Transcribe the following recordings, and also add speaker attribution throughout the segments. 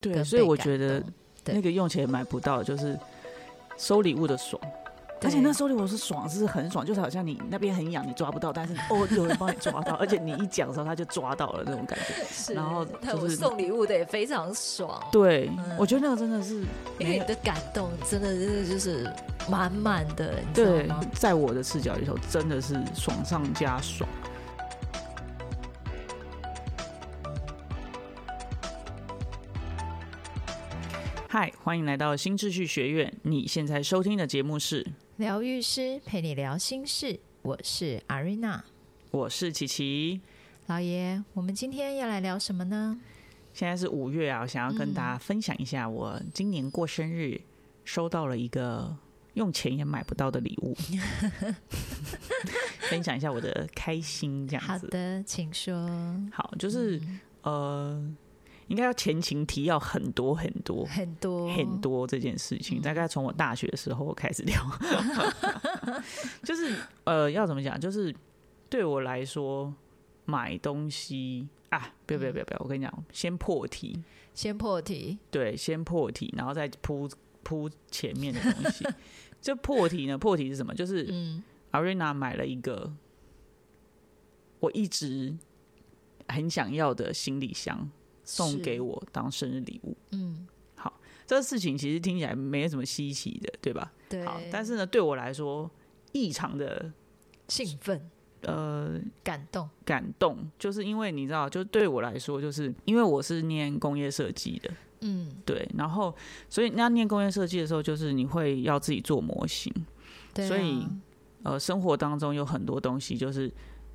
Speaker 1: 对，
Speaker 2: 跟
Speaker 1: 所以
Speaker 2: 被
Speaker 1: 我
Speaker 2: 感
Speaker 1: 觉得
Speaker 2: 动对
Speaker 1: 那个用钱也买不到，就是收礼物的爽。而且
Speaker 2: 对
Speaker 1: 那收礼物是爽，是很爽，就是好像你那边很痒，你抓不到，但是哦，有人帮你抓到，而且你一讲的时候他就抓到了那种感觉。
Speaker 2: 是
Speaker 1: 然 后
Speaker 2: 但
Speaker 1: 就
Speaker 2: 我
Speaker 1: 是
Speaker 2: 送礼物的也非常爽，
Speaker 1: 对，
Speaker 2: 嗯
Speaker 1: 我觉得那个真的是
Speaker 2: 因为
Speaker 1: 没有
Speaker 2: 你的感动真的是就是满满的，你知
Speaker 1: 对
Speaker 2: 道吗？，
Speaker 1: 在我的视角里头真的是爽上加爽。嗨，欢迎来到新秩序学院。你现在收听的节目是，
Speaker 2: 疗愈师陪你聊心事，我是阿瑞娜
Speaker 1: 我是琪琪。
Speaker 2: 老爷。我们今天要来聊什么呢？
Speaker 1: 现在是五月啊，我想要跟
Speaker 2: 嗯
Speaker 1: 大家分享一下，我今年过生日收到了一个用钱也买不到的礼 物，分享一下我的开心这
Speaker 2: 好
Speaker 1: 样子。
Speaker 2: 的，嗯请说。
Speaker 1: 好，就是、呃，应该要前情提要很多很多
Speaker 2: 很多
Speaker 1: 很，多这件事情，大概从我大学的时候开始聊， 就是呃，要怎么讲，就是对我来说买东西啊，不要不要不要不要，我跟你讲，先破题，
Speaker 2: 先破题，
Speaker 1: 对，先破题，然后再铺铺前面的东西。 这破题呢？破题是什么？就是
Speaker 2: 嗯，
Speaker 1: 阿瑞娜买了一个我一直很想要的行李箱，送
Speaker 2: 是
Speaker 1: 给，我当生日礼物。
Speaker 2: 嗯，
Speaker 1: 这个事情其实听起来没什么稀奇的，对吧？
Speaker 2: 对，
Speaker 1: 好，但是呢，对我来说异常的
Speaker 2: 兴奋、
Speaker 1: 呃
Speaker 2: 感动，
Speaker 1: 感动，就是因为你知道，就对我来说，就是因为我是念工业设计的，
Speaker 2: 嗯，
Speaker 1: 对，然后所以那念工业设计的时候，就是你会要自己做模型，
Speaker 2: 对啊，
Speaker 1: 所以呃，生活当中有很多东西就是。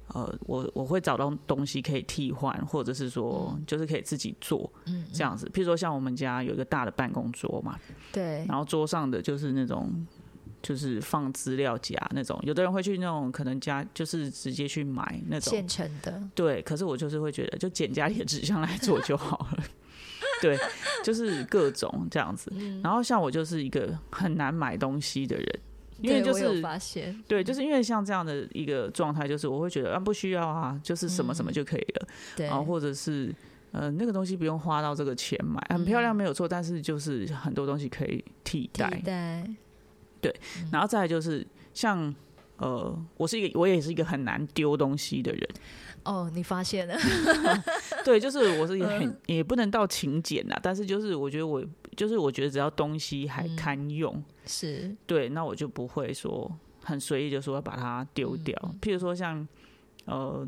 Speaker 1: 呃，我我会找到东西可以替换，或者是说，就是可以自己做
Speaker 2: 嗯，
Speaker 1: 这样子。譬如说，像我们家有一个大的办公桌嘛，
Speaker 2: 对，
Speaker 1: 然后桌上的就是那种就是放资料夹那种，有的人会去那种可能家就是直接去买那种，
Speaker 2: 现成的，
Speaker 1: 对。可是我就是会觉得，就捡家里的纸箱来做就好了， 对，就是各种这样子。
Speaker 2: 嗯
Speaker 1: 然后像我就是一个很难买东西的人，因为
Speaker 2: 对
Speaker 1: 就
Speaker 2: 我有
Speaker 1: 是
Speaker 2: 发现，
Speaker 1: 对，就是因为像这样的一个状态，就是我会觉得啊不需要啊，就是什么什么就可以了，
Speaker 2: 嗯对，
Speaker 1: 然后哦或者是。呃，那个东西不用花到这个钱买，很漂亮没有错，但是就是很多东西可以替
Speaker 2: 嗯替
Speaker 1: 代。
Speaker 2: 代，
Speaker 1: 然后再来就是像呃，我是一个我也是一个很难丢东西的 人，
Speaker 2: 哦，你发现了，
Speaker 1: 对，就是我是一个很、
Speaker 2: 嗯
Speaker 1: 也不能到勤俭啊啦，但是就是我觉得我就是我觉得只要东西还
Speaker 2: 嗯
Speaker 1: 堪用，
Speaker 2: 是，
Speaker 1: 对，那我就不会说很随意就说要把它丢
Speaker 2: 嗯
Speaker 1: 掉。譬如说像呃。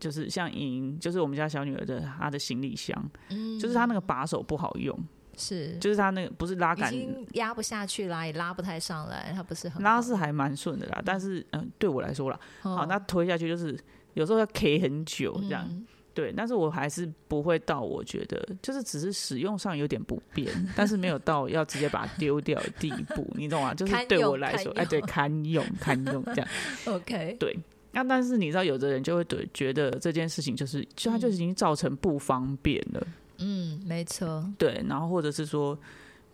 Speaker 1: 就是像莹，就是我们家小女儿的她的行李箱，
Speaker 2: 嗯，
Speaker 1: 就是她那个把手不好用，
Speaker 2: 是，
Speaker 1: 就是她那个不是拉
Speaker 2: 已
Speaker 1: 杆，
Speaker 2: 经压不下去啦，也拉不太上来，它不是很
Speaker 1: 拉
Speaker 2: 好
Speaker 1: 是还蛮顺的啦，但是嗯、呃对我来说啦，
Speaker 2: 哦
Speaker 1: 好，那推下去就是有时候要 K 很久这样，
Speaker 2: 嗯
Speaker 1: 对，但是我还是不会到，我觉得就是只是使用上有点不便，但是没有到要直接把它丢掉的地步，你懂吗？就是
Speaker 2: 堪
Speaker 1: 对
Speaker 2: 用
Speaker 1: 我来
Speaker 2: 堪
Speaker 1: 说，哎，对，堪用堪用这样。
Speaker 2: OK，
Speaker 1: 对，那但是你知道，有的人就会对觉得这件事情就是，就他就已经造成不方便了，
Speaker 2: 嗯，没错，
Speaker 1: 对，然后或者是说，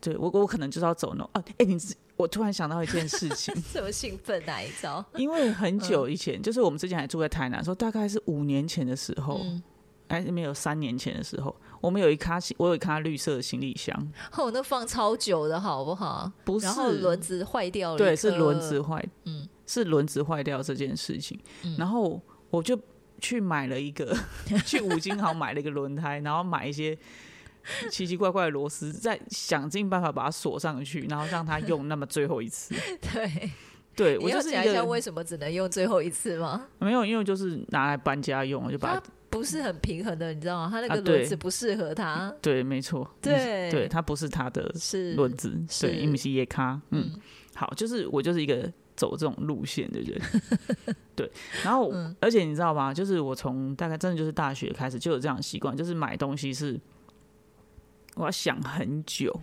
Speaker 1: 对我我可能就是要走那种，啊，哎，你知我突然想到一件事 情，
Speaker 2: 这么兴奋啊哪一招？
Speaker 1: 因为
Speaker 2: 嗯
Speaker 1: 很久以前，就是我们之前还住在台南的时候，大概是五年前的时候，
Speaker 2: 嗯，
Speaker 1: 哎，没有三年前的时候，我们有一咖，我有一咖绿色的行李箱，
Speaker 2: 哦，那放超久的好不好？
Speaker 1: 不是
Speaker 2: 然后轮子坏掉了，
Speaker 1: 对，是轮子，坏，
Speaker 2: 哦嗯
Speaker 1: 是轮子坏掉这件事情。然后我就去买了一个，去五金行买了一个轮胎，然后买一些奇奇怪怪的螺丝，再想尽办法把它锁上去，然后让它用那么最后一次。
Speaker 2: 对。
Speaker 1: 对
Speaker 2: 你
Speaker 1: 我就
Speaker 2: 要
Speaker 1: 是
Speaker 2: 讲
Speaker 1: 一
Speaker 2: 一下
Speaker 1: 个
Speaker 2: 为什么只能用最后一 次吗？
Speaker 1: 没有，因为就是拿来搬家用，我就把
Speaker 2: 它
Speaker 1: 它
Speaker 2: 不是很平衡的，你知道吗？它那
Speaker 1: 啊
Speaker 2: 个
Speaker 1: 对
Speaker 2: 轮子不适合它，
Speaker 1: 对，没错，
Speaker 2: 对
Speaker 1: 对，它不是它的
Speaker 2: 是
Speaker 1: 轮子，
Speaker 2: 是
Speaker 1: 对，伊姆西耶卡，嗯，好，就是我就是一个走这种路线的 人，对，然后、
Speaker 2: 嗯
Speaker 1: 而且你知道吗？就是我从大概真的就是大学开始就有这样的习惯，就是买东西是我要想很久，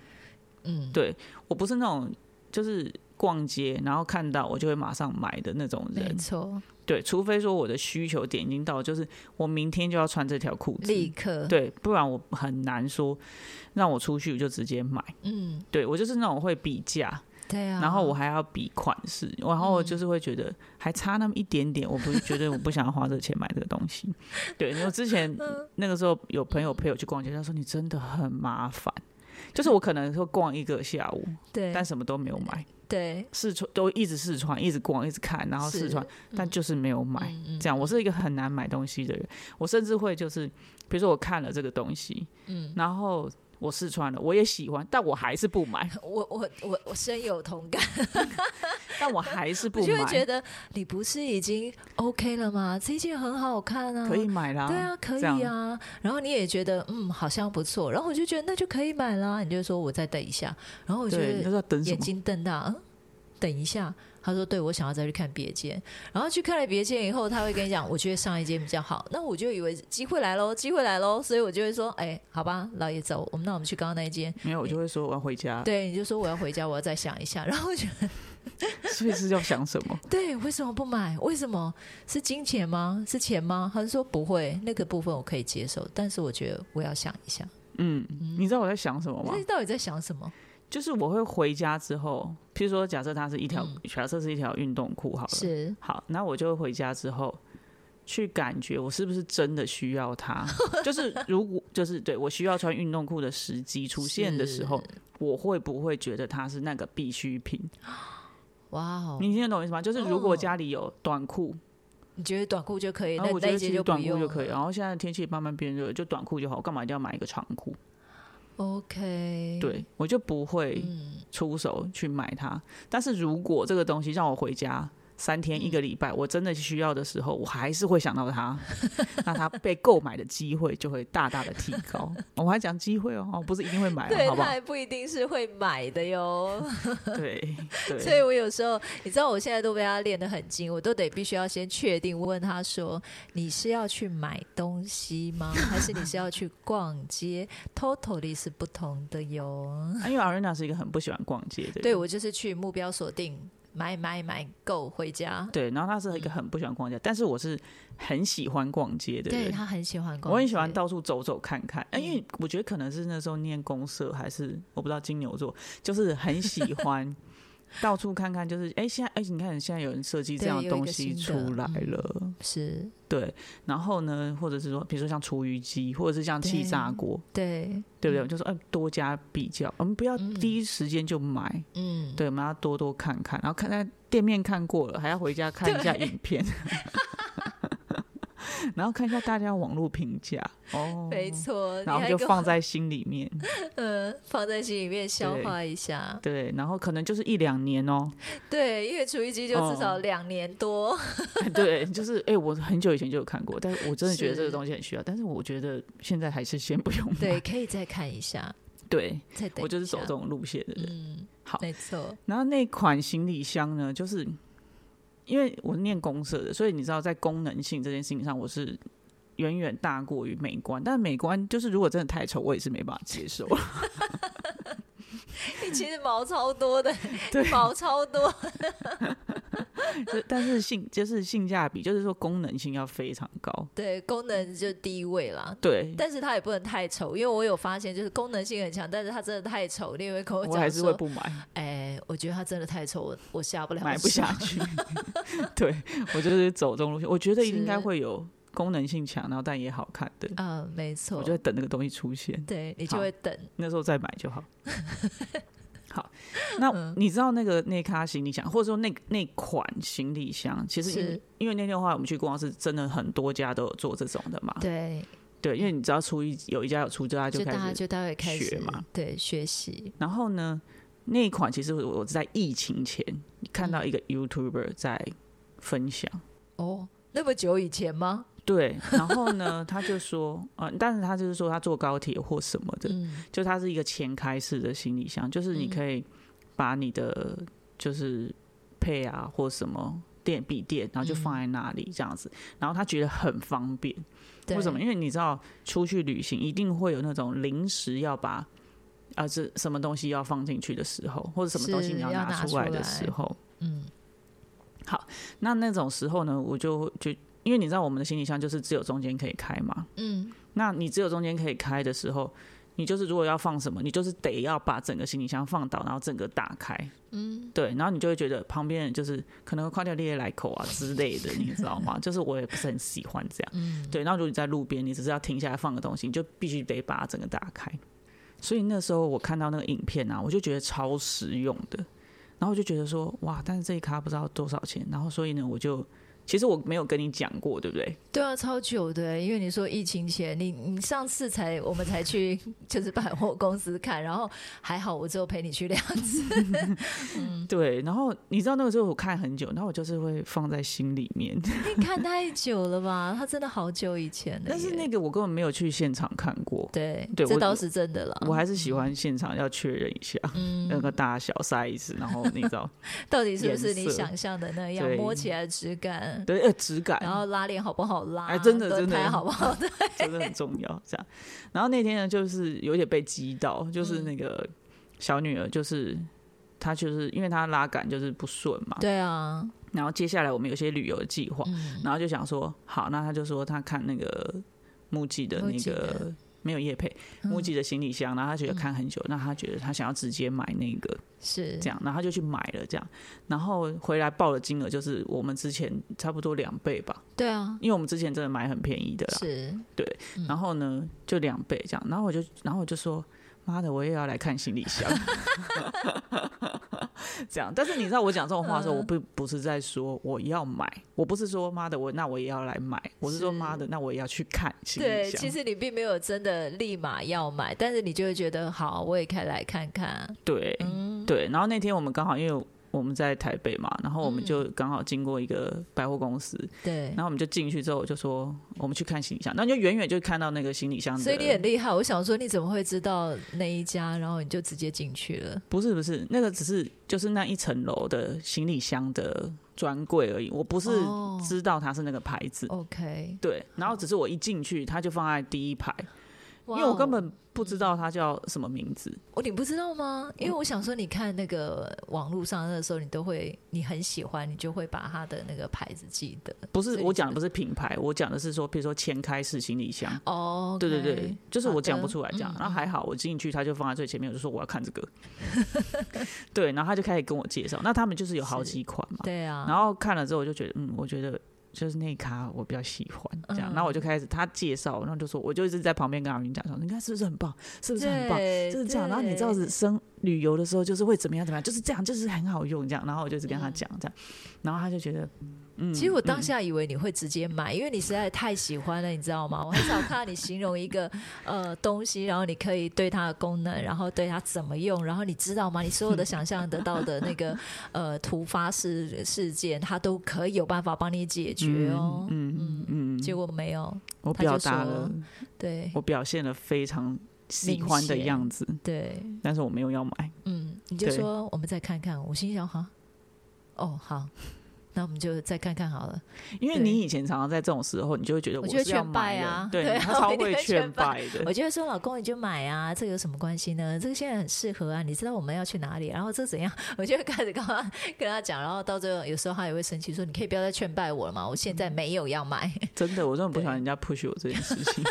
Speaker 2: 嗯，
Speaker 1: 对我不是那种就是逛街然后看到我就会马上买的那种
Speaker 2: 没
Speaker 1: 人，
Speaker 2: 错，
Speaker 1: 对，除非说我的需求点已经到，就是我明天就要穿这条裤子，
Speaker 2: 立刻，
Speaker 1: 对，不然我很难说让我出去我就直接买。
Speaker 2: 嗯，
Speaker 1: 对我就是那种会比价，
Speaker 2: 对啊。
Speaker 1: 然后我还要比款式，然
Speaker 2: 嗯
Speaker 1: 后就是会觉得还差那么一点点，我不是觉得我不想要花这个钱买这个东西。
Speaker 2: 嗯
Speaker 1: 对，我之前那个时候有朋友陪我去逛街，他说你真的很麻烦，就是我可能会逛一个下午，
Speaker 2: 对
Speaker 1: 但什么都没有买，
Speaker 2: 对，
Speaker 1: 试穿都一直试穿，一直逛，一直看，然后试穿，但就是没有买。
Speaker 2: 嗯
Speaker 1: 这样，我是一个很难买东西的人，我甚至会就是，比如说我看了这个东西，
Speaker 2: 嗯，
Speaker 1: 然后我试穿了，我也喜欢，但我还是不买，
Speaker 2: 我我我我深有同感，
Speaker 1: 但我还是
Speaker 2: 我
Speaker 1: 不
Speaker 2: 就会觉
Speaker 1: 买，
Speaker 2: 得你不是已经 OK 了吗？这一件很好看啊，
Speaker 1: 可以买啦。
Speaker 2: 对啊，可
Speaker 1: 这样
Speaker 2: 以啊。然后你也觉得嗯，好像不错，然后我就觉得那就可以买啦。你就说我再等一下，然后我觉
Speaker 1: 对，你
Speaker 2: 得
Speaker 1: 都要等什
Speaker 2: 眼
Speaker 1: 么？
Speaker 2: 睛瞪大，嗯，等一下。他说：“对，我想要再去看别件。”然后去看了别件以后，他会跟你讲：“我觉得上一件比较好。”那我就以为机会来喽，机会来喽，所以我就会说：“哎，好吧，老爷走，我们那我们去刚刚那一间。
Speaker 1: 没有，我就会说我要回”家。
Speaker 2: 对，你就说我要回家，我要再想一下。然后我就
Speaker 1: 所以是要想什么？
Speaker 2: 对，为什么不买？为什么是金钱吗？是钱吗？他就说不会，那个部分我可以接受，但是我觉得我要想一下，
Speaker 1: 嗯，你知道我在想什么吗
Speaker 2: 那？到底在想什么？
Speaker 1: 就是我会回家之后，譬如说，假设它是一条，
Speaker 2: 嗯
Speaker 1: 假设是一条运动裤好了，
Speaker 2: 是
Speaker 1: 好，那我就回家之后去感觉我是不是真的需要它。 就是如果 就是对我需要穿运动裤的时机出现的时候，我会不会觉得它是那个必需品？
Speaker 2: 哇哦，
Speaker 1: 你听得懂我意思吗？就是如果
Speaker 2: 哦
Speaker 1: 家里有短裤，
Speaker 2: 你觉得短裤就可以，
Speaker 1: 然
Speaker 2: 那
Speaker 1: 啊后我
Speaker 2: 那
Speaker 1: 觉
Speaker 2: 一
Speaker 1: 得
Speaker 2: 件
Speaker 1: 其实
Speaker 2: 不
Speaker 1: 短裤
Speaker 2: 用
Speaker 1: 就可以，
Speaker 2: 了
Speaker 1: 然后现在天气慢慢变热，就短裤就好，我干嘛一定要买一个长裤？
Speaker 2: OK，，
Speaker 1: 对我就不会
Speaker 2: 嗯，
Speaker 1: 出手去买它。但是如果这个东西让我回家三天一
Speaker 2: 嗯
Speaker 1: 个礼拜，我真的需要的时候，我还是会想到 它，那它被购买的机会就会大大的提高。我还讲机会哦，哦不是一定会买哦，
Speaker 2: 对，
Speaker 1: 好不
Speaker 2: 他
Speaker 1: 好？
Speaker 2: 还不一定是会买的哟。
Speaker 1: 对
Speaker 2: 所以
Speaker 1: 对，
Speaker 2: 我有时候，你知道，我现在都被他练得很精，我都得必须要先确定问他说：“你是要去买东西吗？还是你是要去逛街？”Totally 是不同的哟。
Speaker 1: 啊因为 Arena 是一个很不喜欢逛街的
Speaker 2: 对
Speaker 1: 人。
Speaker 2: 我就是去目标锁定，买买买够回家。
Speaker 1: 对，然后他是一个很不喜欢逛街，但是我是很喜欢逛街的
Speaker 2: 对
Speaker 1: 人。
Speaker 2: 他很喜欢逛街，
Speaker 1: 我很喜欢到处走走看看，哎
Speaker 2: 嗯
Speaker 1: 因为我觉得可能是那时候念公社，还是我不知道金牛座，就是很喜 欢到处看看，就是哎、现在哎、你看现在有人设计这
Speaker 2: 对
Speaker 1: 样
Speaker 2: 有一
Speaker 1: 东
Speaker 2: 个
Speaker 1: 西出
Speaker 2: 新的
Speaker 1: 来
Speaker 2: 嗯
Speaker 1: 了，
Speaker 2: 是，
Speaker 1: 对，然后呢，或者是说比如说像厨余机，或者是像气
Speaker 2: 对
Speaker 1: 炸锅，
Speaker 2: 对，
Speaker 1: 对不对？我就说哎、多加比较，我们不要
Speaker 2: 嗯
Speaker 1: 第一时间就买，
Speaker 2: 嗯，
Speaker 1: 对，我们要多多看看，然后看在店面看过了，还要回家看一下影 片，然后看一下大家网络评价哦，
Speaker 2: 没错，你
Speaker 1: 然后
Speaker 2: 还
Speaker 1: 就
Speaker 2: 给我
Speaker 1: 放在心里面，
Speaker 2: 呃放在心里面消
Speaker 1: 对
Speaker 2: 化一下。
Speaker 1: 对，然后可能就是一两年哦，
Speaker 2: 对，因为厨艺机就至少
Speaker 1: 嗯
Speaker 2: 两年多，
Speaker 1: 对， 就是哎、我很久以前就有看过，但我真的觉得这个
Speaker 2: 是
Speaker 1: 东西很需要，但是我觉得现在还是先不用买，
Speaker 2: 对，可以再看一下，
Speaker 1: 对
Speaker 2: 再等。
Speaker 1: 我就是走这，种路线的人。
Speaker 2: 嗯，
Speaker 1: 好
Speaker 2: 没错，
Speaker 1: 然后那款行李箱呢，就是因为我念公社的，所以你知道在功能性这件事情上，我是远远大过于美观。但美观就是如果真的太丑，我也是没办法接 受。
Speaker 2: 你其实毛超多的，
Speaker 1: 对
Speaker 2: 毛超多，
Speaker 1: 就但是性就是性价比，就是说功能性要非常高。
Speaker 2: 对，功能就第一位啦。
Speaker 1: 对，
Speaker 2: 但是它也不能太丑，因为我有发现，就是功能性很强，但是它真的太丑，你也会跟我
Speaker 1: 我
Speaker 2: 讲
Speaker 1: 还是会
Speaker 2: 说，
Speaker 1: 不买，
Speaker 2: 哎、我觉得它真的太丑，我我下不了，
Speaker 1: 买不下。去。 对我就是走这种路线，我觉得应该
Speaker 2: 是
Speaker 1: 会有功能性强，然后但也好看的。
Speaker 2: 嗯，没错
Speaker 1: 我就，会等那个东西出现，
Speaker 2: 对你就
Speaker 1: 好
Speaker 2: 会等，
Speaker 1: 那时候再买就 好。好，
Speaker 2: 嗯
Speaker 1: 那你知道那个那咖行李箱，或者说那那款行李箱，其实因
Speaker 2: 是
Speaker 1: 因为那天的话，我们去逛是真的很多家都有做这种的嘛。
Speaker 2: 对，
Speaker 1: 对，因为你知道初一有一家有出，大家
Speaker 2: 就
Speaker 1: 就
Speaker 2: 大
Speaker 1: 开
Speaker 2: 家
Speaker 1: 始。
Speaker 2: 就大概开
Speaker 1: 学
Speaker 2: 始
Speaker 1: 嘛
Speaker 2: 对学习，
Speaker 1: 然后呢，那一款其实我我在疫情前看
Speaker 2: 嗯
Speaker 1: 到一个 YouTuber 在分享。
Speaker 2: 哦，那么久以前吗？
Speaker 1: 对，然后呢，他就说，呃，但是他就是说他坐高铁或什么的，
Speaker 2: 嗯，
Speaker 1: 就它是一个前开式的行李箱，就是你
Speaker 2: 嗯
Speaker 1: 可以把你的就是配啊或什么电笔电，然后就放在
Speaker 2: 嗯
Speaker 1: 那里这样子，然后他觉得很方便。
Speaker 2: 对
Speaker 1: 为什么？？因为你知道出去旅行一定会有那种临时要把啊这什么东西要放进去的时候，或者什么东西
Speaker 2: 是
Speaker 1: 你
Speaker 2: 要
Speaker 1: 拿
Speaker 2: 拿
Speaker 1: 出来
Speaker 2: 出
Speaker 1: 的
Speaker 2: 来
Speaker 1: 时候，
Speaker 2: 嗯，
Speaker 1: 那那种时候呢，我就就因为你知道我们的行李箱就是只有中间可以开嘛，
Speaker 2: 嗯，
Speaker 1: 那你只有中间可以开的时候，你就是如果要放什么，你就是得要把整个行李箱放倒，然后整个打开，嗯，对，然后你就会觉得旁边人就是可能会夸掉咧咧来口啊之类的，你知道吗？ 就是我也不是很喜欢这样，嗯，对。然后如果你在路边，你只是要停下来放个东西，你就必须得把它整个打开。所以那时候我看到那个影片啊，我就觉得超实用的，然后我就觉得说哇，但是这一咖不知道多少钱，然后所以呢，我就其实我没有跟你讲过，对不对？
Speaker 2: 对啊，超久的，因为你说疫情前，你你上次才我们才去 就是百货公司看，然后还好我只有陪你去两次，
Speaker 1: 对，然后你知道那个时候我看很久，然后我就是会放在心里面，
Speaker 2: 你 看太久了吧？他真的好久以前了耶，
Speaker 1: 但是那个我根本没有去现场看过，
Speaker 2: 对，
Speaker 1: 对
Speaker 2: 这
Speaker 1: 我
Speaker 2: 倒是真的了。
Speaker 1: 我还是喜欢现场要确认一下、
Speaker 2: 嗯
Speaker 1: 那个大小 size，然后你知道
Speaker 2: 到底是不是
Speaker 1: 颜
Speaker 2: 你
Speaker 1: 色
Speaker 2: 想象的那样？
Speaker 1: 对
Speaker 2: 摸起来的质感，
Speaker 1: 对呃质感，
Speaker 2: 然后拉链好不好拉？
Speaker 1: 哎真的
Speaker 2: 轮
Speaker 1: 真的
Speaker 2: 胎好不好？
Speaker 1: 真的很重要。这样，然后那天呢，就是有点被激到，就是那个小女儿，就是她就是因为她拉杆就是不顺嘛，
Speaker 2: 对啊，
Speaker 1: 然后接下来我们有些旅游的计划，
Speaker 2: 嗯，
Speaker 1: 然后就想说好，那她就说她看那个木屐的
Speaker 2: 木
Speaker 1: 那
Speaker 2: 屐的
Speaker 1: 个。没有叶配木屐的行李箱，然后她觉得看很久，那她觉得她想要直接买那个
Speaker 2: 是
Speaker 1: 这样，然后她就去买了这样，然后回来报的金额就是我们之前差不多两倍吧，
Speaker 2: 对啊，
Speaker 1: 因为我们之前真的买很便宜的啦，
Speaker 2: 是嗯
Speaker 1: 然后呢，就两倍这样，然后我就，然后我就说，妈的，我也要来看行李箱， 这样。但是你知道我讲这种话
Speaker 2: 嗯
Speaker 1: 的时候，我不不是在说我要买，我不是说妈的我那我也要来买，我是说
Speaker 2: 是
Speaker 1: 妈的那我也要去看行李
Speaker 2: 对，
Speaker 1: 箱。
Speaker 2: 其实你并没有真的立马要买，但是你就会觉得好，我也可以来看看。
Speaker 1: 对、
Speaker 2: 嗯
Speaker 1: 对，然后那天我们刚好因为。我们在台北嘛，然后我们就刚好经过一个百货公司，
Speaker 2: 对
Speaker 1: 然，后我们就进去之后，我就说我们去看行李箱，然后就远远就看到那个行李箱的，
Speaker 2: 所以你很厉害。我想说，你怎么会知道那一家，然后你就直接进去了？
Speaker 1: 不是不是，那个只是就是那一层楼的行李箱的专柜而已，我不是
Speaker 2: 哦
Speaker 1: 知道它是那个牌子。
Speaker 2: OK，
Speaker 1: 对，然后只是我一进去，它就放在第一排，因为
Speaker 2: 因
Speaker 1: 我根本不知道它叫什么名字。
Speaker 2: 我哦你不知道吗？
Speaker 1: 嗯
Speaker 2: 因为我想说，你看那个网络上的时候，你都会你很喜欢，你就会把它的那个牌子记得。
Speaker 1: 不是
Speaker 2: 所以
Speaker 1: 我讲的不是品牌，我讲的是说，比如说前开式行李箱。
Speaker 2: 哦，
Speaker 1: 对对对，就是
Speaker 2: 好
Speaker 1: 我
Speaker 2: 的嗯
Speaker 1: 讲不出来这样，然后还好我进去，他就放在最前面，我就说我要看这 个，对，然后他就开始跟我介绍，那他们就是有好
Speaker 2: 是
Speaker 1: 几款嘛，
Speaker 2: 对啊，
Speaker 1: 然后看了之后，我就觉得，嗯，我觉得就是那一咖我比较喜欢这样。
Speaker 2: 嗯
Speaker 1: 然后我就开始他介绍，然后就说，我就一直在旁边跟阿云讲说，你看是不是很棒，是不是很棒，
Speaker 2: 对
Speaker 1: 就是这样。然后你知道是生旅游的时候，就是会怎么样怎么样，就是这样，就是很好用这样。然后我就一直跟他讲这样，然后他就觉得，嗯，
Speaker 2: 其实我当
Speaker 1: 嗯
Speaker 2: 下以为你会直接买，因为你实在太喜欢了，你知道吗？我很 少看到你形容一个呃东西，然后你可以对它的功能，然后对它怎么用，然后你知道吗？你所有的想象得到的那 个呃突发事事件，它都可以有办法帮你解决哦。
Speaker 1: 嗯嗯嗯，
Speaker 2: 结果没有，
Speaker 1: 我
Speaker 2: 他就
Speaker 1: 表达
Speaker 2: 说
Speaker 1: 了，
Speaker 2: 对
Speaker 1: 我表现了非常喜
Speaker 2: 明
Speaker 1: 欢的
Speaker 2: 显
Speaker 1: 样子，
Speaker 2: 对，
Speaker 1: 但是我没有要买。
Speaker 2: 嗯，你就
Speaker 1: 对
Speaker 2: 说我们再看看。我心想哈，哦好，那我们就再看看好了。
Speaker 1: 因为
Speaker 2: 对
Speaker 1: 你以前常常在这种时候，你就会觉得
Speaker 2: 我
Speaker 1: 我
Speaker 2: 就会
Speaker 1: 是要
Speaker 2: 劝败
Speaker 1: 买的
Speaker 2: 啊对
Speaker 1: 对，他
Speaker 2: 我一
Speaker 1: 超
Speaker 2: 定
Speaker 1: 会
Speaker 2: 会劝
Speaker 1: 劝
Speaker 2: 败
Speaker 1: 败的。
Speaker 2: 我就会说，老公你就买啊，这个有什么关系呢？这个现在很适合啊，你知道我们要去哪里，然后这怎样？ 我就会开始跟他跟他讲，然后到最后有时候他也会生气，说你可以不要再劝败我了嘛，我现在没有要买。
Speaker 1: 真的，我真的不喜欢人家 push 我这件事 情，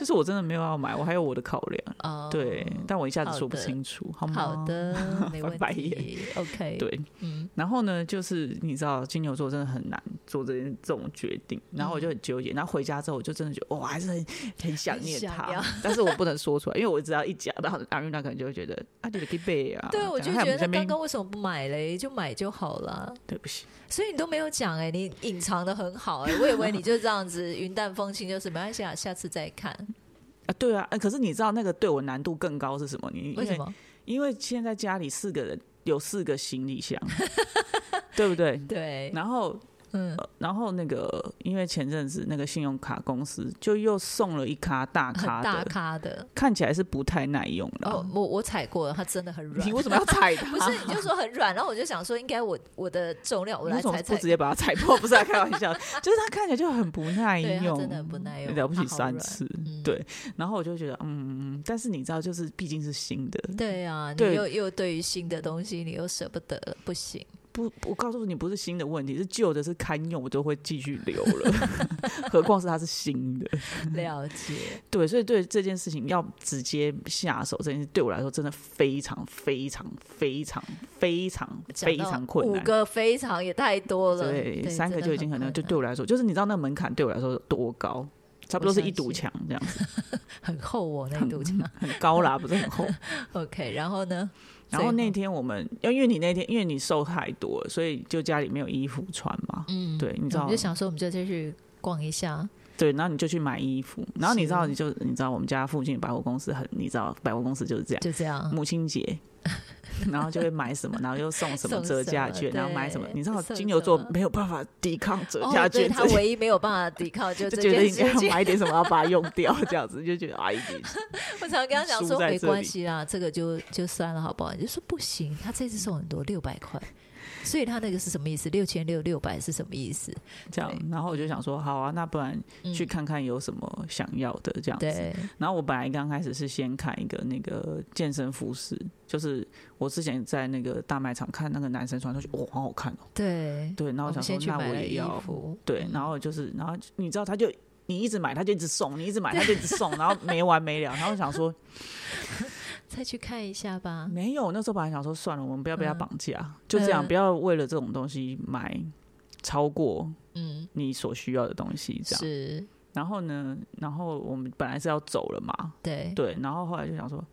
Speaker 1: 就是我真的没有要买，我还有我的考量。
Speaker 2: 哦，
Speaker 1: 嗯对，但我一下
Speaker 2: 好
Speaker 1: 子说不
Speaker 2: 的
Speaker 1: 清楚，好吗？
Speaker 2: 好。的，没问
Speaker 1: 翻白
Speaker 2: 题。OK，，
Speaker 1: 对，
Speaker 2: 嗯，
Speaker 1: 然后呢，就是你知道金牛座真的很难做这件这种决定，然后我就很纠结。然后回家之后，我就真的觉得，哇我还是很很想念
Speaker 2: 嗯很想
Speaker 1: 他
Speaker 2: 要，
Speaker 1: 但是我不能说出来，因为我只要一讲到阿瑞娜，可能就会觉得啊，你的 g 背啊。
Speaker 2: 对，我就
Speaker 1: 讲还有
Speaker 2: 觉得
Speaker 1: 下
Speaker 2: 那刚
Speaker 1: 面
Speaker 2: 刚为什么不买嘞？就买就好了。
Speaker 1: 对不起，
Speaker 2: 所以你都没有讲哎、你隐藏的很好哎、我以为你就这样子 云淡风轻，就是没关系啊，下次再看。
Speaker 1: 啊，对啊，呃可是你知道那个对我难度更高是什么？你因
Speaker 2: 为什
Speaker 1: 为
Speaker 2: 么？
Speaker 1: 因为现在家里四个人有四个行李 箱，对不对？
Speaker 2: 对，
Speaker 1: 然后
Speaker 2: 嗯，
Speaker 1: 呃然后那个，因为前阵子那个信用卡公司就又送了一卡大
Speaker 2: 很
Speaker 1: 卡的，
Speaker 2: 大咖的。
Speaker 1: 看起来是不太耐用的。
Speaker 2: 哦，我我踩过了，它真的很软
Speaker 1: 你。为什么要踩
Speaker 2: 不
Speaker 1: 它？
Speaker 2: 是， 你就说很软，然后我就想说，应该我我的重量我
Speaker 1: 你为
Speaker 2: 来
Speaker 1: 什么
Speaker 2: 踩
Speaker 1: 不
Speaker 2: 踩
Speaker 1: 直，接把它踩 破？不是在开玩笑，就是它看起来就很不耐
Speaker 2: 对，它
Speaker 1: 用，
Speaker 2: 真的很不耐用，
Speaker 1: 了不起
Speaker 2: 它好
Speaker 1: 三
Speaker 2: 软。
Speaker 1: 次。
Speaker 2: 嗯
Speaker 1: 对然后我就觉得，嗯，但是你知道，就是毕竟是新的，
Speaker 2: 对啊，你
Speaker 1: 对
Speaker 2: 又又对于新的东西，你又舍不得，不行。
Speaker 1: 不，我告诉你，不是新的问题，是旧的，是堪用，我都会继续留了， 何况是它是新的。
Speaker 2: 了解，
Speaker 1: 对，所以对这件事情要直接下手，这件事对我来说真的非常非常非常非常
Speaker 2: 讲
Speaker 1: 非
Speaker 2: 到
Speaker 1: 常困
Speaker 2: 五
Speaker 1: 难。
Speaker 2: 个非常也太多了，
Speaker 1: 对，三个
Speaker 2: 真的
Speaker 1: 就已经
Speaker 2: 很
Speaker 1: 很难，
Speaker 2: 困
Speaker 1: 就对我来说，就是你知道那门槛对我来说有多高？差不多是一堵墙这样子，
Speaker 2: 很厚哦，那一堵墙。
Speaker 1: 很高啦，不是很厚。
Speaker 2: OK，然后呢？
Speaker 1: 然后那天我们，因为你那天因为你瘦太多了，所以就家里没有衣服穿嘛。
Speaker 2: 嗯，
Speaker 1: 对，你知
Speaker 2: 我
Speaker 1: 道
Speaker 2: 们就，想说，我们就再去逛一下，
Speaker 1: 对，然后你就去买衣服，然后你知道，
Speaker 2: 是
Speaker 1: 你就你知道我们家附近百货公司很，你知道百货公司就是这样，
Speaker 2: 就这样。
Speaker 1: 母亲节。然后就会买什么，然后又送什么
Speaker 2: 送
Speaker 1: 折价
Speaker 2: 什么
Speaker 1: 券，然后
Speaker 2: 对
Speaker 1: 买什么。你知道
Speaker 2: 送
Speaker 1: 金牛座
Speaker 2: 什么
Speaker 1: 没有办法抵抗折
Speaker 2: 哦
Speaker 1: 价，
Speaker 2: 对
Speaker 1: 券
Speaker 2: 他
Speaker 1: 这件
Speaker 2: 唯一没有办法抵抗 就
Speaker 1: 就
Speaker 2: 这
Speaker 1: 觉得
Speaker 2: 件
Speaker 1: 应该
Speaker 2: 事
Speaker 1: 要
Speaker 2: 情。
Speaker 1: 买一点什么，要把 它用掉，这样子就觉得哎，
Speaker 2: 我常跟他讲
Speaker 1: 输
Speaker 2: 说
Speaker 1: 在
Speaker 2: 没
Speaker 1: 这里
Speaker 2: 关系啦，这个就就算了好不好？你就说不行，他这次送很多六百块，所以他那个是什么意思？六千六六百是什么意思？
Speaker 1: 这样。然后我就想说，好啊，那不然
Speaker 2: 嗯
Speaker 1: 去看看有什么想要的这样子。
Speaker 2: 对，
Speaker 1: 然后我本来刚开始是先看一个那个健身服饰，就是我之前在那个大卖场看那个男生穿出去，哇、好好看哦。
Speaker 2: 对，
Speaker 1: 对，然后
Speaker 2: 我
Speaker 1: 我想
Speaker 2: 们
Speaker 1: 说
Speaker 2: 先去
Speaker 1: 那
Speaker 2: 买
Speaker 1: 我
Speaker 2: 了
Speaker 1: 也
Speaker 2: 衣
Speaker 1: 要。
Speaker 2: 服，嗯
Speaker 1: 对，然后就是，然后你知道，他就你一直买，他就一直送，你一直买，他就一直 送，然后没完没了。然后我想说，
Speaker 2: 再去看一下吧。
Speaker 1: 没有，那时候本来想说算了，我们不要被他
Speaker 2: 嗯
Speaker 1: 绑架，就这样，
Speaker 2: 嗯
Speaker 1: 不要为了这种东西买超过
Speaker 2: 嗯，
Speaker 1: 你所需要的东西这样。
Speaker 2: 是，
Speaker 1: 然后呢，然后我们本来是要走了嘛，
Speaker 2: 对，
Speaker 1: 对，然后后来就想说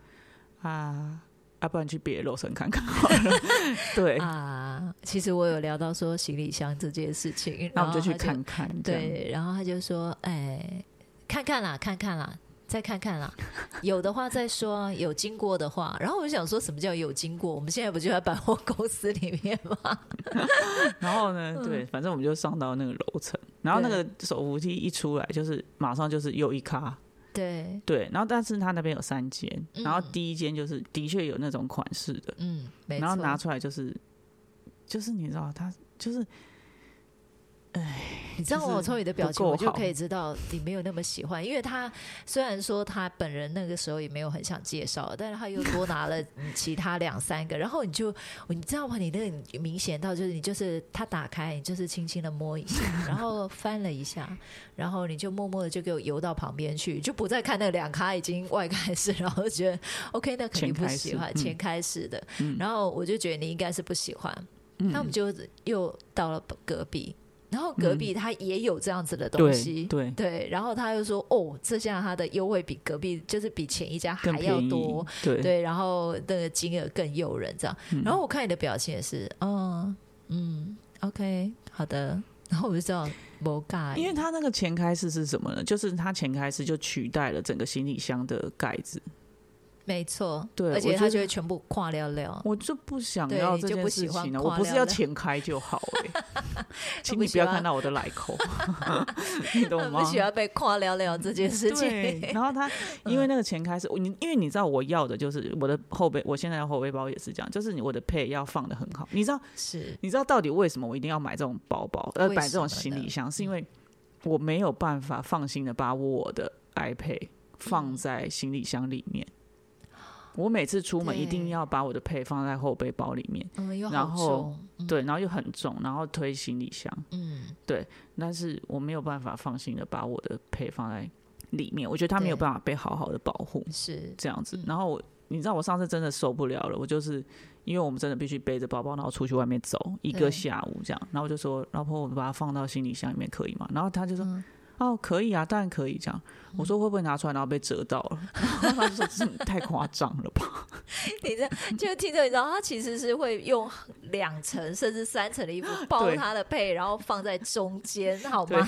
Speaker 1: 啊。要、不然去别的楼层看看好了。 对，
Speaker 2: 啊，其实我有聊到说行李箱这件事情，
Speaker 1: 那我们就
Speaker 2: 然后
Speaker 1: 去
Speaker 2: 他
Speaker 1: 看看。这样，
Speaker 2: 对，然后他就说：“哎，看看啦，看看啦，再看看啦，有的话再说啊，有经过的话。”然后我就想说什么叫有经过？我们现在不就在百货公司里面吗？
Speaker 1: 然后呢，对，反正我们就上到那个楼层，然后那
Speaker 2: 嗯对
Speaker 1: 个手扶梯一出来，就是马上就是又一咖。
Speaker 2: 对，
Speaker 1: 对，然后但是他那边有三间，然后
Speaker 2: 嗯
Speaker 1: 第一间就是的确有那种款式的，
Speaker 2: 嗯，没
Speaker 1: 然后
Speaker 2: 错，
Speaker 1: 拿出来就是，就是你知道，他就是
Speaker 2: 你知道
Speaker 1: 就是
Speaker 2: 我从你的表
Speaker 1: 不
Speaker 2: 情，
Speaker 1: 够
Speaker 2: 我就
Speaker 1: 好
Speaker 2: 可以知道你没有那么喜欢，因为他虽然说他本人那个时候也没有很想介绍，但是他又多拿 了嗯其他两三个，然后你就你知道吗？你那个明显到就是你就是他打开，你就是轻轻的摸一下，然后翻了一下，然后你就默默的就给我游到旁边去，就不再看那两咖已经外开式，然后觉得 OK，那肯定不喜欢
Speaker 1: 前开式嗯
Speaker 2: 前开始的，然后我就觉得你应该是不喜欢，
Speaker 1: 嗯
Speaker 2: 那我们就又到了隔壁，然后隔壁他也有这样子的东
Speaker 1: 嗯对
Speaker 2: 西，
Speaker 1: 对
Speaker 2: 对，然后他又说哦，这下他的优惠比隔壁就是比前一家
Speaker 1: 更
Speaker 2: 还要
Speaker 1: 便宜
Speaker 2: 多，，
Speaker 1: 对嗯
Speaker 2: 对，然后那个金额更诱人，这样。然后我看你的表情也是，哦，嗯，OK，好的，然后我就知道没尬，
Speaker 1: 因为它那个前开式是什么呢？就是它前开式就取代了整个行李箱的盖子，
Speaker 2: 没错，
Speaker 1: 对
Speaker 2: 而且
Speaker 1: 我
Speaker 2: 他
Speaker 1: 觉
Speaker 2: 就
Speaker 1: 得
Speaker 2: 会全部跨聊聊。
Speaker 1: 我就不想
Speaker 2: 对
Speaker 1: 要
Speaker 2: 你
Speaker 1: 这
Speaker 2: 就
Speaker 1: 件
Speaker 2: 不
Speaker 1: 事
Speaker 2: 喜欢
Speaker 1: 情呢。我
Speaker 2: 跨
Speaker 1: 不是
Speaker 2: 聊
Speaker 1: 要
Speaker 2: 的
Speaker 1: 前开就好 哎、请
Speaker 2: 不
Speaker 1: 你
Speaker 2: 喜
Speaker 1: 不要
Speaker 2: 欢
Speaker 1: 看到我的来口， 你懂
Speaker 2: 很 不
Speaker 1: 吗？
Speaker 2: 喜欢嗯被跨聊聊这件事
Speaker 1: 对，
Speaker 2: 情，
Speaker 1: 然后他因为那个前开是，你因为你知道我要的就是我的后背，我现在的后背包也是这样，就是你我的配要放的很好。你知道，
Speaker 2: 是
Speaker 1: 你知道到底为什么我一定要买这种包包，呃，
Speaker 2: 为
Speaker 1: 买这种
Speaker 2: 什么
Speaker 1: 行
Speaker 2: 呢嗯
Speaker 1: 李箱，是因为我没有办法放心的把我的 iPad
Speaker 2: 嗯
Speaker 1: 放在行李箱里面。我每次出门一定
Speaker 2: 对
Speaker 1: 要把我的配放在后背包里面，
Speaker 2: 嗯，又
Speaker 1: 然
Speaker 2: 好
Speaker 1: 后
Speaker 2: 重，嗯
Speaker 1: 对，然后又很重，然后推行李箱，
Speaker 2: 嗯。
Speaker 1: 但是我没有办法放心的把我的配放在里面，我觉得它没有
Speaker 2: 对
Speaker 1: 办法被好好的保护。
Speaker 2: 是
Speaker 1: 这样子
Speaker 2: 嗯。
Speaker 1: 然后我，你知道我上次真的受不了了，我就是因为我们真的必须背着包包，然后出去外面走一
Speaker 2: 对
Speaker 1: 个下午这样。然后我就说，老婆，我把它放到行李箱里面可以吗？然后他就说，
Speaker 2: 嗯
Speaker 1: 哦，可以啊，当然可以这样。我说会不会拿出来然后被折到了？ 然后他就说，这太夸张了吧？
Speaker 2: 你这就听着，你知道他其实是会用两层甚至三层的衣服包
Speaker 1: 对
Speaker 2: 他的配，然后放在中间，好
Speaker 1: 对
Speaker 2: 吗？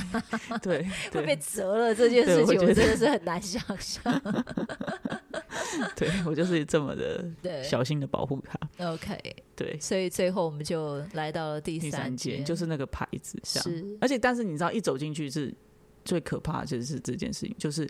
Speaker 1: 对
Speaker 2: 会
Speaker 1: 对
Speaker 2: 被折了这件
Speaker 1: 对
Speaker 2: 事
Speaker 1: 我
Speaker 2: 情，
Speaker 1: 觉
Speaker 2: 我
Speaker 1: 得
Speaker 2: 真的是很难想象。
Speaker 1: 对，我就是这么的
Speaker 2: 对
Speaker 1: 小心的保护它。
Speaker 2: ，OK，
Speaker 1: 对，
Speaker 2: 所以最后我们就来到了第
Speaker 1: 第三
Speaker 2: 间，
Speaker 1: 间就是那个牌子这样。
Speaker 2: 是
Speaker 1: 而且，但是你知道，一走进去是最可怕的就是这件事情，就是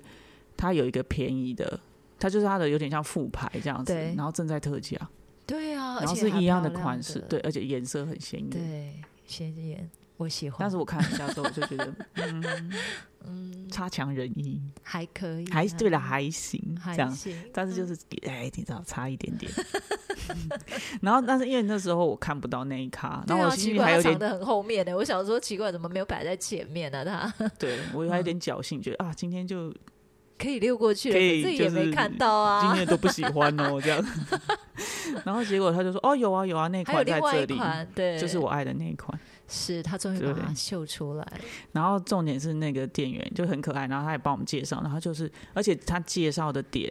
Speaker 1: 它有一个便宜的，它就是它的有点像副牌这样子，
Speaker 2: 对
Speaker 1: 然后正在特价，
Speaker 2: 对啊，
Speaker 1: 然后
Speaker 2: 而且
Speaker 1: 是
Speaker 2: 还
Speaker 1: 一样
Speaker 2: 漂亮的
Speaker 1: 款式，对，而且颜色很鲜艳。
Speaker 2: 对，鲜艳，我喜欢，
Speaker 1: 但是我看了一下之后，我就觉得， 嗯，
Speaker 2: 嗯，
Speaker 1: 差强人意，
Speaker 2: 还可以啊，
Speaker 1: 还对了，还行这
Speaker 2: 还
Speaker 1: 样。
Speaker 2: 行，嗯
Speaker 1: 但是就是，哎，你知道，差一点点。 然后，但是因为那时候我看不到那一咖，然
Speaker 2: 对
Speaker 1: 后我
Speaker 2: 啊，
Speaker 1: 心
Speaker 2: 奇
Speaker 1: 里还
Speaker 2: 怪，
Speaker 1: 有
Speaker 2: 他
Speaker 1: 点
Speaker 2: 藏的很后面的，我想说奇怪，怎么没有摆在前面呢？他。
Speaker 1: 对我
Speaker 2: 嗯
Speaker 1: 还有点侥幸，觉得啊，今天就
Speaker 2: 可以溜过去了，
Speaker 1: 可以
Speaker 2: 可是
Speaker 1: 就
Speaker 2: 也没
Speaker 1: 是
Speaker 2: 看到啊
Speaker 1: 今。天都不喜欢哦，这样。 然后结果他就说：“哦，有啊有啊，那
Speaker 2: 还有
Speaker 1: 款
Speaker 2: 另
Speaker 1: 在
Speaker 2: 外
Speaker 1: 这
Speaker 2: 一
Speaker 1: 里，
Speaker 2: 款，对，
Speaker 1: 就是我爱的那一款。
Speaker 2: 是他终于把它
Speaker 1: 对
Speaker 2: 秀出来，
Speaker 1: 然后重点是那个店员就很可爱，然后他也帮我们介绍，然后就是，而且他介绍的点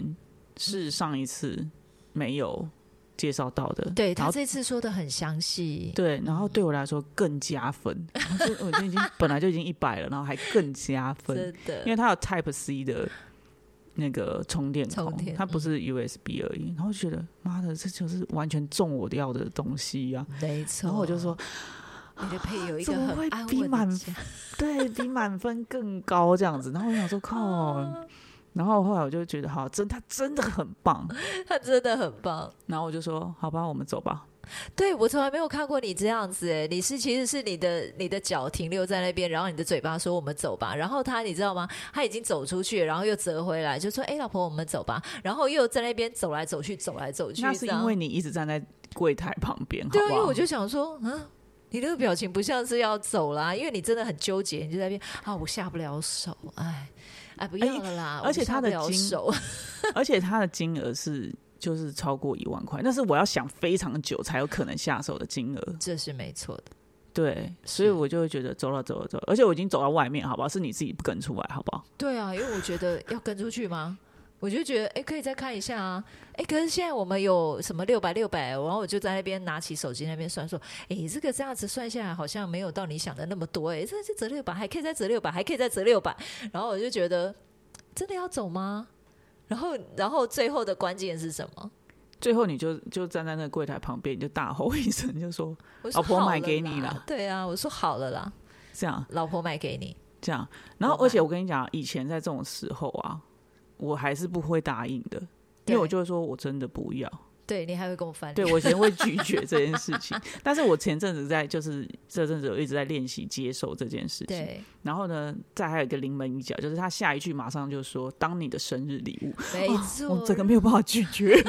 Speaker 1: 是上一次没有介绍到的，
Speaker 2: 对
Speaker 1: 然
Speaker 2: 他
Speaker 1: 后
Speaker 2: 这次说的很详细，
Speaker 1: 对，然后对我来说更加分， 然后就我就已经本来就已经一百了，然后还更加分，
Speaker 2: 真的
Speaker 1: 因为它有 Type C 的那个充电口
Speaker 2: 充电，嗯
Speaker 1: 它不是 USB 而已，然后就觉得妈的，这就是完全中我要的东西呀、
Speaker 2: 没错。
Speaker 1: 然后我就
Speaker 2: 哦
Speaker 1: 说，啊
Speaker 2: 你的配有一个
Speaker 1: 怎么
Speaker 2: 很
Speaker 1: 会
Speaker 2: 安
Speaker 1: 比
Speaker 2: 稳
Speaker 1: 满
Speaker 2: 的家，
Speaker 1: 对比满分更高这样子，然后我想说 靠，
Speaker 2: 啊
Speaker 1: 然后后来我就觉得好，真他真的很棒，
Speaker 2: 他真的很棒。
Speaker 1: 然后我就说好吧，我们走吧。
Speaker 2: 对我从来没有看过你这样子，哎，你是其实是你的你的脚停留在那边，然后你的嘴巴说我们走吧，然后他你知道吗？他已经走出去，然后又折回来，就说哎，老婆我们走吧，然后又在那边走来走去，走来走去，
Speaker 1: 那是
Speaker 2: 这样
Speaker 1: 因为你一直站在柜台旁边，
Speaker 2: 对啊，
Speaker 1: 好不
Speaker 2: 因为
Speaker 1: 好
Speaker 2: 我就想说，嗯。你那个表情不像是要走啦，因为你真的很纠结，你就在那边啊，我下不了手，哎，哎，不要了啦。
Speaker 1: 而且
Speaker 2: 我下
Speaker 1: 他的
Speaker 2: 不了
Speaker 1: 筋
Speaker 2: 手，
Speaker 1: 而且它的金额是就是超过一万块，那是我要想非常久才有可能下手的金额。
Speaker 2: 这是没错的。
Speaker 1: 对，所以我就会觉得走了走了走了，而且我已经走到外面，好不好？是你自己不跟出来，好不好？
Speaker 2: 对啊，因为我觉得要跟出去吗？我就觉得，哎，可以再看一下啊。哎，可是现在我们有什么六百六百，然后我就在那边拿起手机那边算说，哎，这个这样子算下来好像没有到你想的那么多，哎，这这折六百，还可以再折六百，还可以再折六百。然后我就觉得，真的要走吗？然后，然后最后的关键是什么？
Speaker 1: 最后你就就站在那个柜台旁边，你就大吼一声，就说
Speaker 2: 我说
Speaker 1: 老婆
Speaker 2: 好
Speaker 1: 买给
Speaker 2: 了
Speaker 1: 你
Speaker 2: 啦
Speaker 1: 啦
Speaker 2: 对啊，我说好了啦，
Speaker 1: 这样
Speaker 2: 老婆买给你。
Speaker 1: 这样。然后，
Speaker 2: 我买
Speaker 1: 而且我跟你讲，以前在这种时候啊，我还是不会答应的，因为我
Speaker 2: 对
Speaker 1: 就会说我真的不要。
Speaker 2: 对你还会跟我 翻
Speaker 1: 对
Speaker 2: 脸，
Speaker 1: 我以前会拒绝这件事情，但是我前阵子在就是这阵子我一直在练习接受这件事情。
Speaker 2: 对，
Speaker 1: 然后呢，再还有一个临门一脚，就是他下一句马上就说当你的生日礼物，哦
Speaker 2: 没错，
Speaker 1: 我这个没有办法拒绝。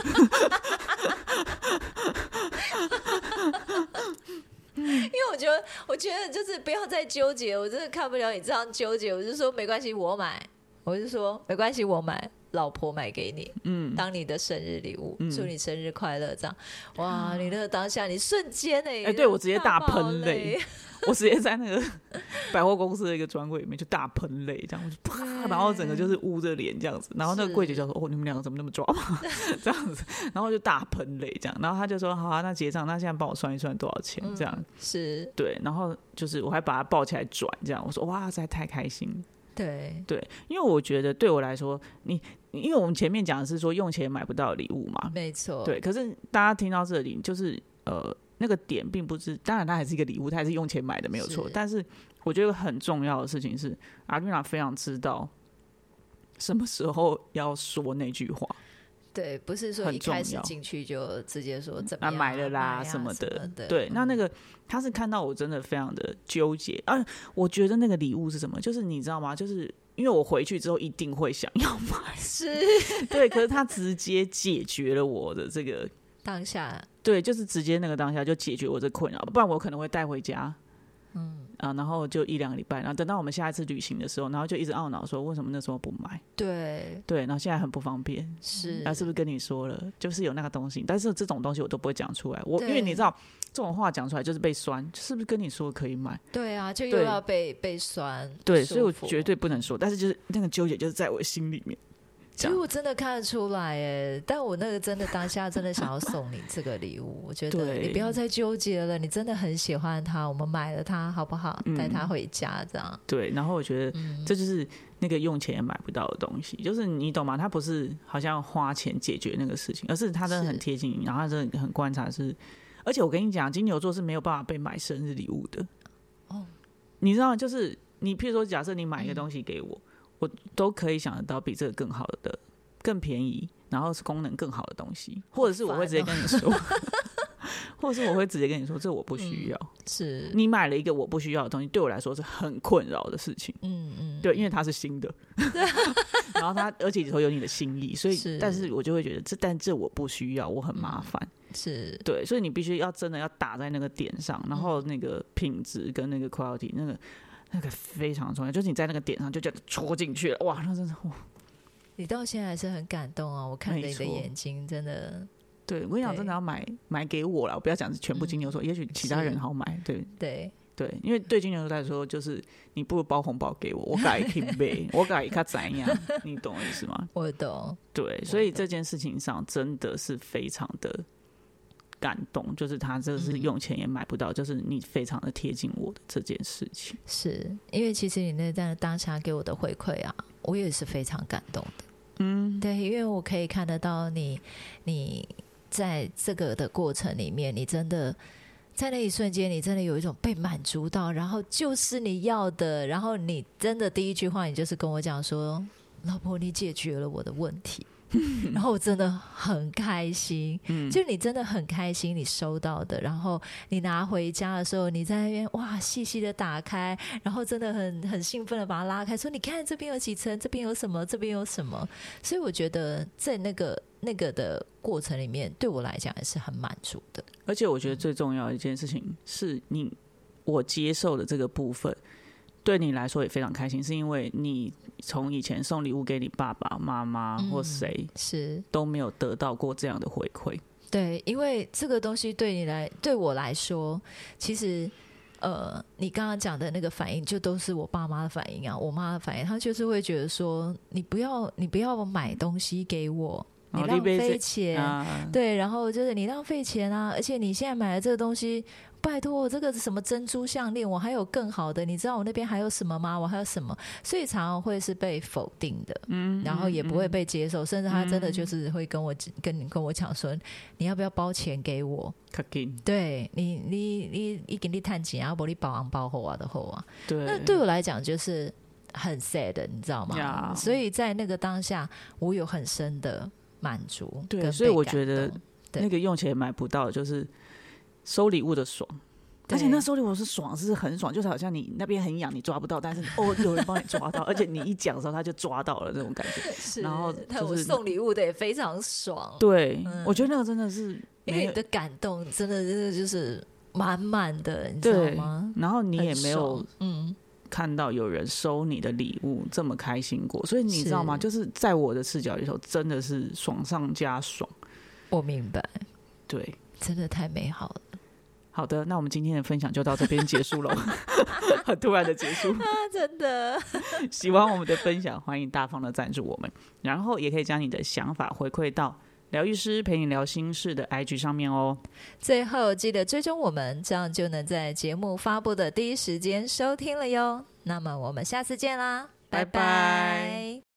Speaker 2: 因 为我觉得，我觉得就是不要再纠结，我真的看不了你这样纠结。我就说没关系，我买，我就说没关系，我买，老婆买给你，嗯，当你的生日礼物，
Speaker 1: 嗯
Speaker 2: 祝你生日快乐，这样。哇，你那个当下，你瞬间哎、
Speaker 1: 哎对我直接大
Speaker 2: 爆
Speaker 1: 喷
Speaker 2: 泪
Speaker 1: 泪，我直接在那个 百货公司的一个专柜里面就大喷泪，这样我就啪，然后整个就是捂着脸这样子。然后那个柜姐就说：“哦，你们两个怎么那么抓嘛？” 这样子，然后就大喷泪这样。然后他就说：“好、啊，那结账，那现在帮我算一算多少钱？”这样、
Speaker 2: 嗯是
Speaker 1: 对，然后就是我还把他抱起来转，这样我说：“哇，实在太开心了。”
Speaker 2: 对，
Speaker 1: 对，因为我觉得对我来说，你你因为我们前面讲的是说用钱买不到的礼物嘛，
Speaker 2: 没错，
Speaker 1: 嗯对。可是大家听到这里，就是呃，那个点并不是，当然它还是一个礼物，它还是用钱买的没有错
Speaker 2: 是。
Speaker 1: 但是我觉得很重要的事情是，阿瑞娜非常知道什么时候要说那句话。
Speaker 2: 对，不是说
Speaker 1: 很
Speaker 2: 一开
Speaker 1: 重
Speaker 2: 始
Speaker 1: 要
Speaker 2: 进去就直接说怎么
Speaker 1: 啊
Speaker 2: 样
Speaker 1: 买了啦
Speaker 2: 买啊
Speaker 1: 什
Speaker 2: 什
Speaker 1: 么的，
Speaker 2: 的，
Speaker 1: 对，那那个他是看到我真的非常的纠结啊，我觉得那个礼物是什么？就是你知道吗？就是因为我回去之后一定会想要买，
Speaker 2: 是
Speaker 1: 对，可是他直接解决了我的这个。
Speaker 2: 当下
Speaker 1: 对，就是直接那个当下就解决我这困扰，不然我可能会带回家，嗯啊，然后就一两个礼拜，然后等到我们下一次旅行的时候，然后就一直懊恼说为什么那时候不买？
Speaker 2: 对
Speaker 1: 对，然后现在很不方便，
Speaker 2: 是
Speaker 1: 嗯啊，是不是跟你说了，就是有那个东西，但是这种东西我都不会讲出来，我因为你
Speaker 2: 对
Speaker 1: 知道这种话讲出来就是被酸，是不是跟你说可以买？
Speaker 2: 对啊，就又
Speaker 1: 对
Speaker 2: 要被被酸，
Speaker 1: 对，所以
Speaker 2: 束
Speaker 1: 我
Speaker 2: 缚
Speaker 1: 绝对不能说，但是就是那个纠结就是在我心里面，
Speaker 2: 其实我真的看得出来哎，但我那个真的当下真的想要送你这个礼物，我觉得
Speaker 1: 对
Speaker 2: 你不要再纠结了，你真的很喜欢它，我们买了它好不好
Speaker 1: 嗯？
Speaker 2: 带它回家这样，
Speaker 1: 对，然后我觉得
Speaker 2: 嗯
Speaker 1: 这就是那个用钱也买不到的东西，就是你懂吗？他不是好像花钱解决那个事情，而是他真的很
Speaker 2: 是
Speaker 1: 贴近你，然后他真的很观察是。而且我跟你讲，金牛座是没有办法被买生日礼物的。
Speaker 2: 哦，嗯
Speaker 1: 你知道，就是你，譬如说，假设你买一个东西给我，我都可以想得到比这个更好的、更便宜，然后是功能更好的东西，或者是我会直
Speaker 2: 哦
Speaker 1: 接跟你说， 或者是我会直接跟你说，这我不
Speaker 2: 嗯
Speaker 1: 需要。
Speaker 2: 是，
Speaker 1: 你买了一个我不需要的东西，对我来说是很困扰的事情。
Speaker 2: 嗯嗯，
Speaker 1: 对，因为它是新的， 然后它而且里头有你的心意，所以
Speaker 2: 是
Speaker 1: 但是我就会觉得这但这我不需要，我很麻烦。
Speaker 2: 嗯是
Speaker 1: 对，所以你必须要真的要打在那个点上，然后
Speaker 2: 嗯
Speaker 1: 那个品质跟那个 quality 那个。那个非常重要，就是你在那个点上就这样戳进去了，哇，那真的哇！
Speaker 2: 你到现在还是很感动啊，我看着你的
Speaker 1: 没错
Speaker 2: 眼睛，真的
Speaker 1: 对我跟你讲，
Speaker 2: 对嗯
Speaker 1: 真的要买买给我了，我不要讲是全部金牛座，也许其他人好买，对
Speaker 2: 对。
Speaker 1: 对，因为对金牛座来说，就是你不如包红包给我，我改 keep 呗，我改他怎样，你懂我意思吗？
Speaker 2: 我懂，
Speaker 1: 对，所以这件事情上真的是非常的感动，就是他这
Speaker 2: 嗯
Speaker 1: 是用钱也买不到，就是你非常的贴近我的这件事情。
Speaker 2: 是因为其实你那段当下给我的回馈啊，我也是非常感动的。嗯，对，因为我可以看得到你，你在这个的过程里面，你真的在那一瞬间，你真的有一种被满足到，然后就是你要的，然后你真的第一句话，你就是跟我讲说：“老婆，你解决了我的问题。”然后我真的很开心，就你真的很开心，你收到的，然后你拿回家的时候，你在那边哇细细的打开，然后真的很很兴奋的把它拉开，说你看这边有几层，这边有什么，这边有什么，所以我觉得在那个那个的过程里面，对我来讲也是很满足的。
Speaker 1: 而且我觉
Speaker 2: 嗯
Speaker 1: 得最重要的一件事情是你我接受的这个部分，对你来说也非常开心，是因为你从以前送礼物给你爸爸妈妈啊或
Speaker 2: 嗯
Speaker 1: 谁
Speaker 2: 是
Speaker 1: 都没有得到过这样的回馈。
Speaker 2: 对，因为这个东西对你来，对我来说，其实。呃，你刚刚讲的那个反应，就都是我爸妈的反应啊，我妈的反应，她就是会觉得说，你不要，你不要买东西给我，你
Speaker 1: 哦
Speaker 2: 浪
Speaker 1: 你被
Speaker 2: 费
Speaker 1: 这
Speaker 2: 钱，
Speaker 1: 啊，
Speaker 2: 对，然后就是你浪费钱啊，而且你现在买的这个东西，拜托，这个什么珍珠项链，我还有更好的，你知道我那边还有什么吗？我还有什么？所以常常会是被否定的，嗯，然后也不会被接受，甚至他真的
Speaker 1: 嗯
Speaker 2: 就是会跟我跟你跟我讲说，你要不要包钱给我？
Speaker 1: 卡金，
Speaker 2: 对你，你你你给你探钱啊，不然你包红包后啊的后啊，
Speaker 1: 对，
Speaker 2: 那对我来讲就是很 sad 的，你知道
Speaker 1: Yeah
Speaker 2: 吗所以在那个当下，我有很深的满足
Speaker 1: 对
Speaker 2: 跟被感动，
Speaker 1: 所以我觉得
Speaker 2: 对
Speaker 1: 那个用钱也买不到，就是收礼物的爽。
Speaker 2: 对
Speaker 1: 而且那收礼物是爽，是很爽，就是好像你那边很痒，你抓不到，但是哦，有人帮你抓到，而且你一讲的时候他就抓到了那种感觉。
Speaker 2: 是
Speaker 1: 然后
Speaker 2: 但
Speaker 1: 就
Speaker 2: 我
Speaker 1: 是
Speaker 2: 送礼物的也非常爽，
Speaker 1: 对，我觉得那个真的是
Speaker 2: 哦嗯因
Speaker 1: 没
Speaker 2: 为
Speaker 1: 有
Speaker 2: 你的感动真的真的就是满满的，你知道
Speaker 1: 对
Speaker 2: 吗？，
Speaker 1: 然后你
Speaker 2: 很
Speaker 1: 也没有
Speaker 2: 爽，嗯，
Speaker 1: 看到有人收你的礼物这么开心过，所以你知道吗？
Speaker 2: 是
Speaker 1: 就是在我的视角里头，真的是爽上加爽。
Speaker 2: 我明白，
Speaker 1: 对，
Speaker 2: 真的太美好了。
Speaker 1: 好的，那我们今天的分享就到这边结束了，很 突然的结束。
Speaker 2: 啊，真的，
Speaker 1: 喜欢我们的分享，欢迎大方的赞助我们，然后也可以将你的想法回馈到疗愈师陪你聊心事的 IG 上面哦。
Speaker 2: 最后记得追踪我们，这样就能在节目发布的第一时间收听了哟。那么我们下次见啦，
Speaker 1: 拜拜
Speaker 2: 拜